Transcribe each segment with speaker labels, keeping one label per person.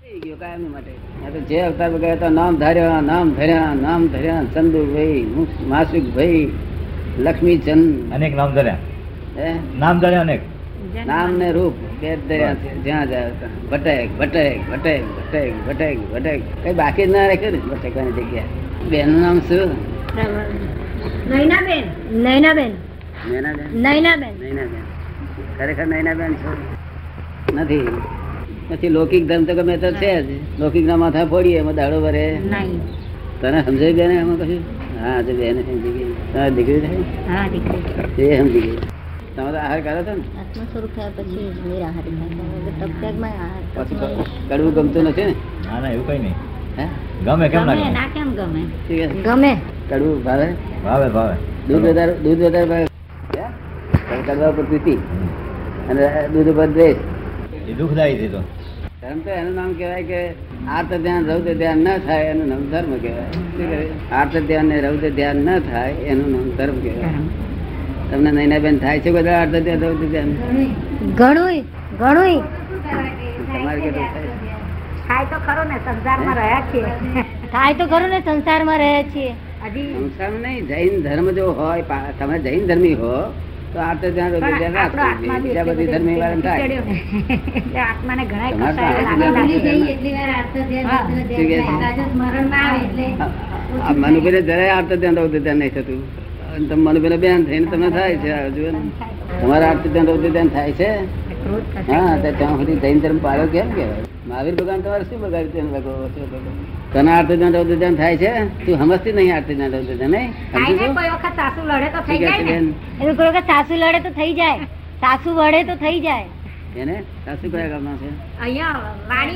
Speaker 1: પતી ગયો કાયમની માટે. આ તો જે અવતાર વગર તો નામ ધાર્યા નામ ધર્યા નામ ધર્યા ચંદુભાઈ મુસ- માસુકભાઈ લક્ષ્મીચંદ
Speaker 2: અનેક નામ ધર્યા
Speaker 1: હે
Speaker 2: નામ ધર્યા અનેક
Speaker 1: નામ ને રૂપ બે જ ધર્યા છે જ્યાં જાય ત્યાં. ભટક ભટક ભટક ભટક ભટક ભટક કઈ બાકી જ ના રાખ્યું ને ભટકવાની જગ્યા બેનનું નામ શું
Speaker 3: નૈનાબેન નૈનાબેન
Speaker 1: નૈનાબેન
Speaker 3: નૈનાબેન
Speaker 1: નૈનાબેન ખરેખર નૈનાબેન છો નથી પછી લૌકિક ધર્મ તો ગમે તો છે જ લૌકિક ના માથા ફોડીએ એમાં દાડો ભરે
Speaker 3: નહીં
Speaker 1: તને સમજાય બેને એમાં કશું હા તો બેને સમજી ગઈ તારા દીકરી થાય
Speaker 3: હા દીકરી
Speaker 1: એ સમજી ગઈ તમે તો આહાર કરો છો ને
Speaker 3: આત્મ સ્વરૂપ થયા પછી નિરાહારી થાય છે. હવે તપત્યાગમાં આહાર
Speaker 1: પછી ક- કડવું ગમતું નથી ને
Speaker 2: ના ના એવું કઈ નહીં
Speaker 1: હે
Speaker 2: ગમે કેમ ના
Speaker 3: ગમે
Speaker 2: ગમે
Speaker 3: ના કેમ ગમે
Speaker 1: શું કે?
Speaker 3: ગમે
Speaker 1: કડવું ભાવે
Speaker 2: ભાવે ભાવે
Speaker 1: દૂધ વધારે દૂધ વધારે ભાવે હે? પણ કડવા ઉપર પ્રીતિ અને દૂધ ઉપર દ્વેષ
Speaker 2: એ દુઃખદાયી છે તો
Speaker 1: ધર્મ તો એનું નામ કહેવાય કે આર્ત ધ્યાન રૌદ્ર ધ્યાન ન થાય એનું નામ ધર્મ કહેવાય શું કહેવાય? આર્ત ધ્યાન ને રૌદ્ર ધ્યાન ન થાય એનું નામ ધર્મ કહેવાય તમને નૈનાબેન થાય છે બધા આર્ત ધ્યાન રૌદ્ર ધ્યાન
Speaker 3: ઘણુંય ઘણુંય
Speaker 1: તમારે કેટલું થાય છે?
Speaker 3: થાય તો ખરો ને સંસારમાં રહ્યા છીએ થાય તો ખરો ને સંસારમાં રહ્યા છીએ હજી
Speaker 1: સંસારમાં નહીં જૈન ધર્મ જો હોય પા- તમે જૈન ધર્મી હો તો આર્ત ધ્યાન રૌદ્ર ધ્યાન રાખવું જોઈએ. બીજા બધી ધર્મી વાળાને થાય
Speaker 3: આત્માને ઘણા
Speaker 1: તમારે તો આર્ત ધ્યાન શું કહે છે? આ- આ મનુભાઈને જરાય આર્ત ધ્યાન રૌદ્ર ધ્યાન નહીં થતું અને તમે મનુભાઈને બેન થઈને તમને થાય છે આ જુઓ ને. તમારે આર્ત ધ્યાન રૌદ્ર ધ્યાન થાય છે હા તો ત્યાં સુધી જૈન ધર્મ પાડો કેમ કહેવાય મહાવીર ભગવાન તમારે શું બગાડ્યું તેને લગો શું લગો? તને આરતી ધ્યાન રૌદ્ર ધ્યાન થાય છે તું સમજતી નહીં આરતી ધ્યાન રૌદ્ર ધ્યાન નહીં સમજી છો? શું કહે છે બેન?
Speaker 3: એવું કરો કે સાસુ લડે તો થઈ જાય સાસુ વડે તો થઈ જાય
Speaker 1: એને સાસુ કયા ગામના છે
Speaker 3: એ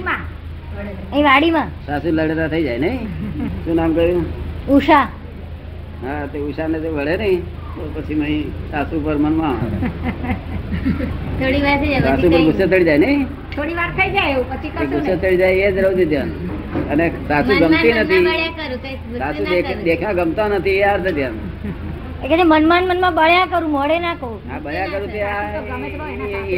Speaker 3: વાડીમાં
Speaker 1: સાસુ લડેલા થઈ જાય નહીં શું નામ કર્યું
Speaker 3: ઉષા
Speaker 1: હા તે ઉષાને તો વળે નહીં તો પછી નહીં સાસુ પર મનમાં આવે.
Speaker 3: થોડી વાર
Speaker 1: સાસુ પર ગુસ્સે ચડી જાય નહીં
Speaker 3: થોડી વાર થઈ જાય એવું પછી
Speaker 1: એ ગુસ્સે ચડી જાય એ જ રૌદ્ર ધ્યાન અને સાસુ ગમતી નથી સાસુ દેખ- દેખા ગમતા નથી એ આરતી ધ્યાન
Speaker 3: મનમાં ને મનમાં બળ્યા કરું મોડે ના કહું
Speaker 1: આ બયા કરું તે આ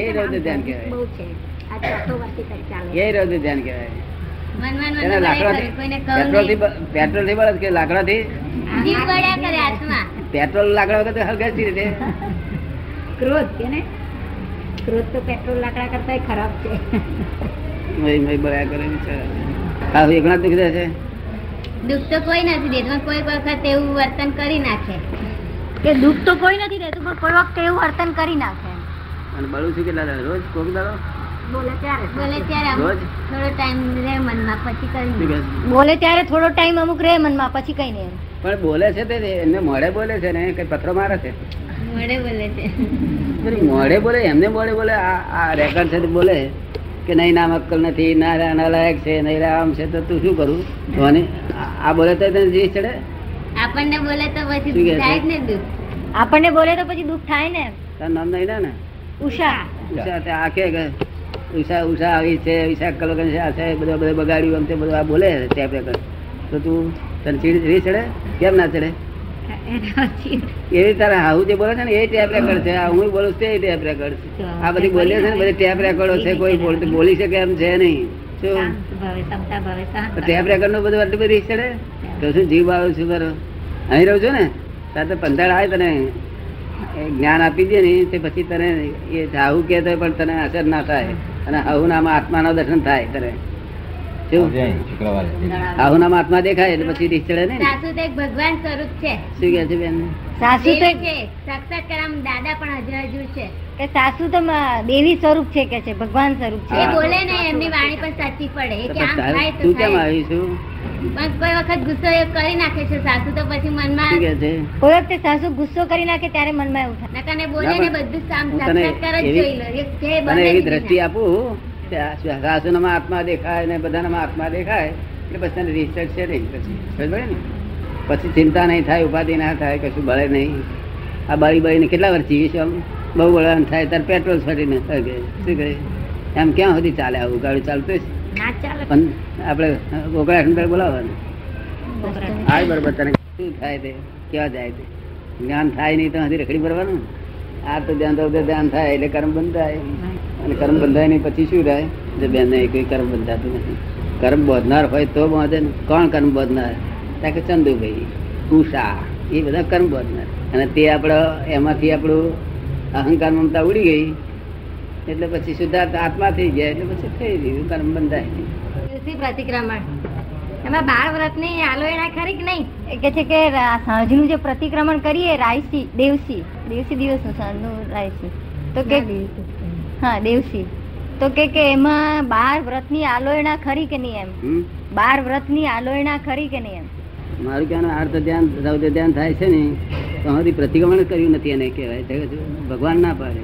Speaker 1: એ એ રૌદ્ર ધ્યાન કહેવાય એ રૌદ્ર ધ્યાન કહેવાય એને લાકડાથી પેટ્રોલથી બ- પેટ્રોલથી બળદ કે લાકડાથી પેટ્રોલ લાકડા વગર તો હળગે જ નહીં તે.
Speaker 3: ક્રોધ છે ને ક્રોધ તો પેટ્રોલ લાકડા કરતા ખરાબ છે
Speaker 1: મય- મય બળ્યા કરે બિચારા. આ એકલા જ દુખી જાય છે
Speaker 3: દુઃખ તો કોઈ નથી દેતું કોઈ વખત એવું વર્તન કરી નાખે કે દુઃખ તો કોઈ નથી દેતું પણ કોઈ વખત એવું વર્તન કરી નાખે
Speaker 1: અને બળું છું કેટલા દાડા? રોજ કોક દાડો?
Speaker 3: બોલે ત્યારે બોલે ત્યારે
Speaker 1: રોજ?
Speaker 3: થોડો ટાઈમ રહે મનમાં પછી
Speaker 1: શું
Speaker 3: કઈ
Speaker 1: કહે છે?
Speaker 3: બોલે ત્યારે થોડો ટાઈમ અમુક રહે મનમાં પછી કઈ નહીં
Speaker 1: પણ બોલે છે તે એમને મોડે બોલે છે ને કઈ પથરો મારે છે
Speaker 3: મોડે બોલે છે
Speaker 1: પેલી મોડે બોલે એમને મોડે બોલે આ આ રેકર્ડ છે તે બોલે કે નહીં નામ અક્કલ નથી ના રા નાલાયક છે નહીં રા આમ છે તો તું શું કરું તો આની- આ- આ બોલે તો તને જીવ ચડે
Speaker 3: આપણને બોલે તો
Speaker 1: શું કહે છે? થાય જ
Speaker 3: ને દુઃખ આપણને બોલે તો પછી દુઃખ થાય ને
Speaker 1: તારું નામ નહીં ના ને
Speaker 3: ઉષા
Speaker 1: ઉષા તે આ કે કે ઉષા ઉષા આવી છે ઉષા કલોકન છે આ છે બધું બધું બગાડ્યું આમ તે બધું આ બોલે ટેપ રેકર્ડ તો તું તને ચીડ રી ચડે કેમ ના ચડે એવી તારા હાઉ જે બોલે છે ને એ ટેપ રેકર્ડ છે આ હું બોલું છું તે ટેપ રેકર્ડ છે આ બધી બોલે છે ને બધી ટેપ રેકર્ડો છે કોઈ બોલ- બોલી શકે એમ છે નહીં શું તો ટેપ રેકોર્ડ નું બધું આટલી બધી ચડે તો શું જીવ આવે છું બરો અહીં રહું છું ને તારે તો પંદર આવે તને એ જ્ઞાન આપી દે ને તે પછી તને એ આવું કે તો પણ તને અસર ના થાય અને આવું નામ આત્માનો દર્શન થાય તને શું
Speaker 2: આવજે અહીં શુક્રવારે
Speaker 1: આવું નામ આત્મા દેખાય એટલે પછી રીસ ચડે ને
Speaker 3: સાસુ તો એક ભગવાન સ્વરૂપ છે
Speaker 1: શું કહે છે બેન
Speaker 3: સાસુ તો
Speaker 4: છે સાક્ષાત્કાર દાદા પણ હજુ હજુ છે
Speaker 3: કે સાસુ તો મા- દેવી સ્વરૂપ છે કે છે ભગવાન સ્વરૂપ
Speaker 4: એ
Speaker 3: છે
Speaker 4: બોલે ને એમની વાણી પણ સાચી પડે એ કે આમ થાય તો
Speaker 1: તું કેમ
Speaker 4: થાય.
Speaker 1: આવી છું
Speaker 4: પણ કોઈ વખત ગુસ્સો એ કરી નાખે છે સાસુ તો પછી
Speaker 1: શું
Speaker 4: મનમાં
Speaker 1: કહે છે
Speaker 3: કોઈ વખતે સાસુ ગુસ્સો કરી નાખે ત્યારે મનમાં એવું થાય
Speaker 4: નકાને બોલે
Speaker 1: ના,
Speaker 4: ને
Speaker 1: પણ
Speaker 4: બધું સામ
Speaker 1: હું તને
Speaker 4: સાક્ષાત્કાર જ
Speaker 1: એવી-
Speaker 4: જોઈ લો એક છે
Speaker 1: મને
Speaker 4: બને
Speaker 1: એવી
Speaker 4: જ
Speaker 1: દ્રષ્ટિ
Speaker 4: નહીં.
Speaker 1: આપું કે આ સાસુનામાં આત્મા દેખાય ને બધાનામાં આત્મા દેખાય એટલે પછી તને રિસર્ચ છે નહીં પછી સમજ પડી ને પછી ચિંતા નહીં થાય ઉપાધિ ના થાય કશું બળે નહીં આ બળી બળીને કેટલા વર્ષ જીવીશ આમ બહુ બળવાનું થાય ત્યારે પેટ્રોલ ફરીને સળગે શું કહે એમ ક્યાં સુધી ચાલે આવું ગાડું ચાલતું છે
Speaker 3: ના ચાલે
Speaker 1: પણ આપણે ગોકળાખંડ બોલાવવાનું આ બરોબર તને શું થાય તે ક્યાં જાય તે જ્ઞાન થાય નહીં તો હજી રખડી ભરવાનું આ તો ધ્યાન તો ધ્યાન થાય એટલે કર્મ બંધાય અને કર્મ બંધાય નહીં પછી શું થાય જે બેન ને કોઈ કર્મ બંધાતું નથી કર્મ બોધનાર હોય તો બોધે ને કોણ કર્મ બોધનાર ત્યાં કે ચંદુભાઈ ઉષા એ બધા કર્મ બોધનાર અને તે આપણો એમાંથી આપણું અહંકાર મમતા ઉડી ગઈ એટલે પછી શુદ્ધાર્થ આત્મા થઈ ગયા એટલે પછી થઈ ગયું કર્મ બંધાય નહીં.
Speaker 4: તુલસી પ્રતિક્રમણ એમાં બાર વ્રતની આલો એના ખરી કે નહીં
Speaker 3: એ કે છે કે રા- સાંજનું જે પ્રતિક્રમણ કરીએ રાયસી દેવસી દેવસી દિવસનું સાંજનું રાયસી તો કે હા દેવસી તો કે કે એમાં બાર વ્રતની આલોયણા ખરી કે નહીં એમ
Speaker 1: હમ?
Speaker 3: બાર વ્રતની આલોયણા ખરી કે નહીં એમ
Speaker 1: મારું કહેવાનું આર્થ ધ્યાન રૌદ્ર ધ્યાન થાય છે ને તો હજી પ્રતિક્રમણ જ કર્યું નથી એને કહેવાય જગત ભગવાન ના પાડે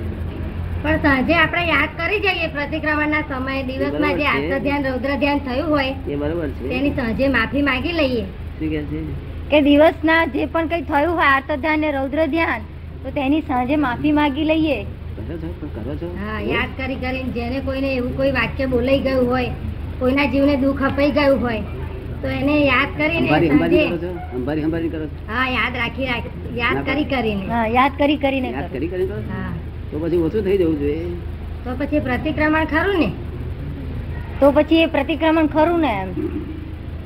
Speaker 4: પણ સાંજે આપણે યાદ કરી જઈએ પ્રતિક્રમણના સમયે
Speaker 1: બરાબર
Speaker 4: દિવસમાં જે
Speaker 1: છે.
Speaker 4: આત્મ ધ્યાન રૌદ્ર ધ્યાન થયું હોય
Speaker 1: એ બરોબર છે
Speaker 4: તેની સાંજે માફી માંગી લઈએ
Speaker 1: શું કહે છે
Speaker 3: કે દિવસના જે પણ કંઈ થયું હોય આર્ત ધ્યાન ને રૌદ્ર ધ્યાન તો તેની સાંજે માફી માગી લઈએ
Speaker 1: કરો છો પણ કરો છો
Speaker 4: હા યાદ કરી કરીને જેને કોઈને એવું કોઈ વાક્ય બોલાઈ ગયું હોય કોઈના જીવને દુઃખ અપાઈ ગયું હોય તો એને યાદ કરીને
Speaker 1: અંબારી અંબારી કરો
Speaker 4: સાંજે-
Speaker 1: છો અંબારી અંબારી કરો છો
Speaker 4: હા યાદ રાખી રાખી યાદ કરી કરીને
Speaker 3: હા યાદ કરી કરીને
Speaker 1: યાદ
Speaker 3: કરો.
Speaker 1: કરી કરી કરો છો?
Speaker 4: હા
Speaker 1: તો પછી ઓછું થઈ જવું જોઈએ
Speaker 4: તો પછી પ્રતિક્રમણ ખરું ને
Speaker 3: તો પછી એ પ્રતિક્રમણ ખરું ને એમ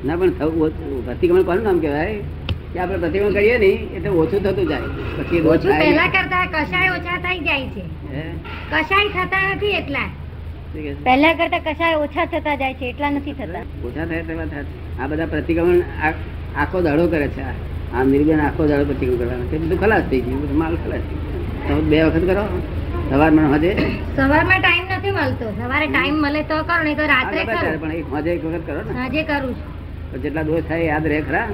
Speaker 1: ના પણ થવું ઓછું- પ્રતિક્રમણ કોનું નામ કહેવાય કે આપણે પ્રતિક્રમણ કરીએ ને એટલે ઓછું થતું જાય પછી એ દોષ
Speaker 4: ઓછું
Speaker 1: થાય નહીં.
Speaker 4: પહેલા કરતા કશાય ઓછા થઈ જાય છે
Speaker 1: હે?
Speaker 4: કશાય થતા નથી એટલા
Speaker 1: શું કહે છે?
Speaker 3: પહેલા કરતા કશાય ઓછા થતા જાય છે એટલા નથી થતા
Speaker 1: ઓછા થાય તેવા થાય આ બધા પ્રતિક્રમણ આ- આખો દાડો કરે છે આ. આ નિર્ગુણ આખો દાડો પ્રતિક્રમણ કરવાનું તે બધું ખલાસ થઈ ગયું બધું માલ ખલાસ થઈ ગયો તમે બે વખત કરો સવાર મને સાંજે.
Speaker 4: સવારમાં ટાઈમ નથી મળતો સવારે ટાઈમ મળે તો કરો નહીં તો રાત્રે
Speaker 1: આ બધા ચાલે,
Speaker 4: કરું
Speaker 1: પણ એક સાંજે એક વખત કરો ને
Speaker 4: સાંજે કરું છું
Speaker 1: તો જેટલા દોષ થાય એ યાદ રહે ખરા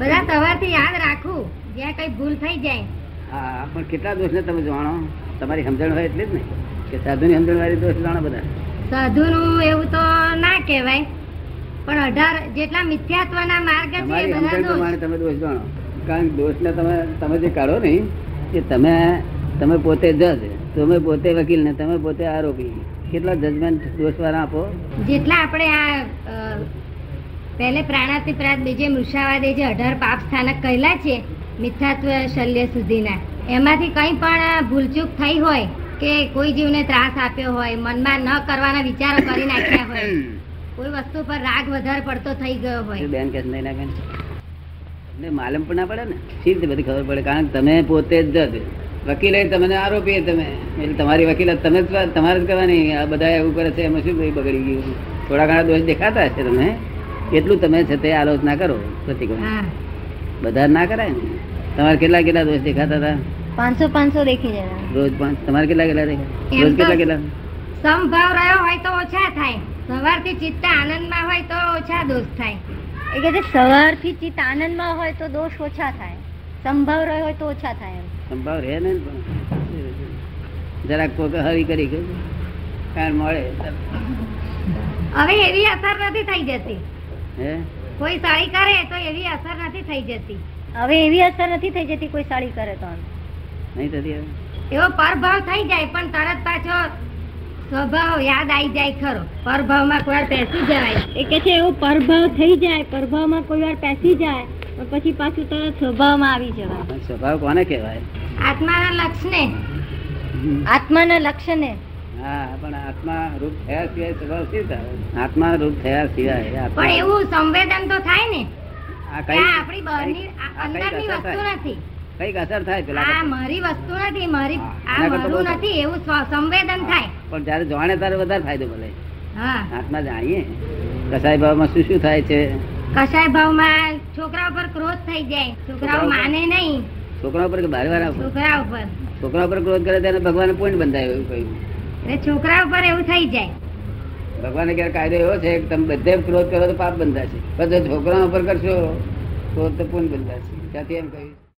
Speaker 4: બધા સવારથી યાદ રાખું જ્યાં કઈ ભૂલ થઈ જાય
Speaker 1: હા પણ કેટલા દોષને તમે જાણો તમારી સમજણ હોય એટલે જ ને કે સાધુની સમજણ વાળી દોષ જાણો બધા
Speaker 4: સાધુનું એવું તો ના કહેવાય પણ અઢાર જેટલા મિથ્યાત્વના માર્ગ છે એ
Speaker 1: તમારી
Speaker 4: બધા
Speaker 1: સમજણ
Speaker 4: દોષ
Speaker 1: પ્રમાણે તમે દોષ જાણો કારણ કે દોષને તમે તમે જે કાઢો ને કે તમે તમે પોતે જજ તમે પોતે વકીલ ને તમે પોતે આરોપી કેટલા જજમેન્ટ દોષવાળા આપો
Speaker 4: જેટલા આપણે આ અ, પહેલે પ્રાણાતિ પ્રાત બીજે મૃષાવાદે જે અઢાર પાપ સ્થાનક કહેલા છે મિથ્યાત્વ શલ્ય સુધીના એમાંથી કંઈ પણ ભૂલચૂક થઈ હોય કે કોઈ જીવને ત્રાસ આપ્યો હોય મનમાં ન કરવાના વિચારો કરી નાખ્યા હોય કોઈ વસ્તુ પર રાગ વધારે પડતો થઈ ગયો
Speaker 1: એ
Speaker 4: હોય
Speaker 1: બેન કે નહીં નાખે તમને માલમ પણ ના પડે ને શી રીતે બધી ખબર પડે કારણ કે તમે પોતે જ જજ વકીલે તમને આરોપી તમે એટલે તમારી વકીલાત તમે જ તમારે જ કરવાની આ બધા એવું કરે છે એમાં શું ભાઈ બગડી ગયું થોડા ઘણા દોષ દેખાતા હશે તમે એટલું તમે છે તે આલોચના કરો પ્રતિક્રમણ
Speaker 4: હા
Speaker 1: બધા ના કરાય ને તમારે કેટલા કેટલા દોષ દેખાતા હતા
Speaker 3: પાંચસો પાંચસો દેખી જણા
Speaker 1: રોજ પાંચ તમારે કેટલા કેટલા દેખાય
Speaker 4: એમ
Speaker 1: રોજ
Speaker 4: તો-
Speaker 1: કેટલા કેટલા
Speaker 4: સમભાવ રહ્યો હોય તો ઓછા થાય સવારથી ચિત્ત આનંદમાં હોય તો ઓછા દોષ થાય
Speaker 3: એ કે છે સવારથી ચિત્ત આનંદમાં હોય તો દોષ ઓછા થાય સંભાવ રહ્યો હોય તો ઓછા થાય એમ
Speaker 1: સંભાવ રહે ને પણ જરાક કોક હરી કરી ગયું કારણ મળે
Speaker 4: હવે એવી અસર નથી થઈ જતી
Speaker 1: હે
Speaker 4: કોઈ સળી કરે તો એવી અસર નથી થઈ જતી
Speaker 3: હવે એવી અસર નથી થઈ જતી કોઈ સાડી કરે તો આમ.
Speaker 1: નહીં થતી હવે?
Speaker 4: એવો પરભાવ થઈ જાય પણ તરત પાછો સ્વભાવ યાદ આવી જાય ખરો પરભાવમાં કોઈ વાર બેસી જવાય
Speaker 3: એ કે છે એવો પરભાવ થઈ જાય પરભાવમાં કોઈ વાર પેસી જાય પણ પછી પાછું તરત સ્વભાવમાં આવી જવાય
Speaker 1: પણ સ્વભાવ કોને કહેવાય
Speaker 4: આત્માના લક્ષને
Speaker 3: આત્માના લક્ષને
Speaker 1: હા પણ આત્મા રૂપ થયા સિવાય સ્વભાવ શી થાય? આત્મા રૂપ થયા સિવાય આત્મા-
Speaker 4: પણ એવું સંવેદન તો થાય ને
Speaker 1: આ
Speaker 4: કે
Speaker 1: કઈ-
Speaker 4: આ આપણી બહારની
Speaker 1: આ
Speaker 4: આ
Speaker 1: કઈક
Speaker 4: અંદરની
Speaker 1: અસર
Speaker 4: વસ્તુ
Speaker 1: થાય?
Speaker 4: નથી
Speaker 1: કઈક અસર થાય પેલા
Speaker 4: આ મારી વસ્તુ નથી મારી
Speaker 1: હા,
Speaker 4: આ
Speaker 1: એના કરતાં
Speaker 4: મારું
Speaker 1: બહુ
Speaker 4: નથી એવું સ્વ- સંવેદન થાય
Speaker 1: પણ જયારે જાણે ત્યારે વધારે ફાયદો મળે
Speaker 4: હા
Speaker 1: આત્મા જાણીએ કસાઈ ભાવમાં શું શું થાય છે
Speaker 4: કસાય ભાવમાં છોકરા ઉપર ક્રોધ થઈ જાય છોકરાઓ
Speaker 1: છોકરાઓ પર?
Speaker 4: માને નહીં
Speaker 1: છોકરા ઉપર કે બાર વાર આપો?
Speaker 4: છોકરા ઉપર
Speaker 1: છોકરા ઉપર ક્રોધ કરે ત્યારે ભગવાને પોઈન્ટ બંધાયો એવું કહ્યું
Speaker 4: એટલે છોકરા ઉપર એવું થઈ જાય
Speaker 1: ભગવાને ક્યારે કાયદો એવો છે કે તમે બધે ક્રોધ કરો તો પાપ બંધાશે પણ જો છોકરા ઉપર કરશો તો તો પુણ્ય બંધાશે ત્યાંથી એમ કહ્યું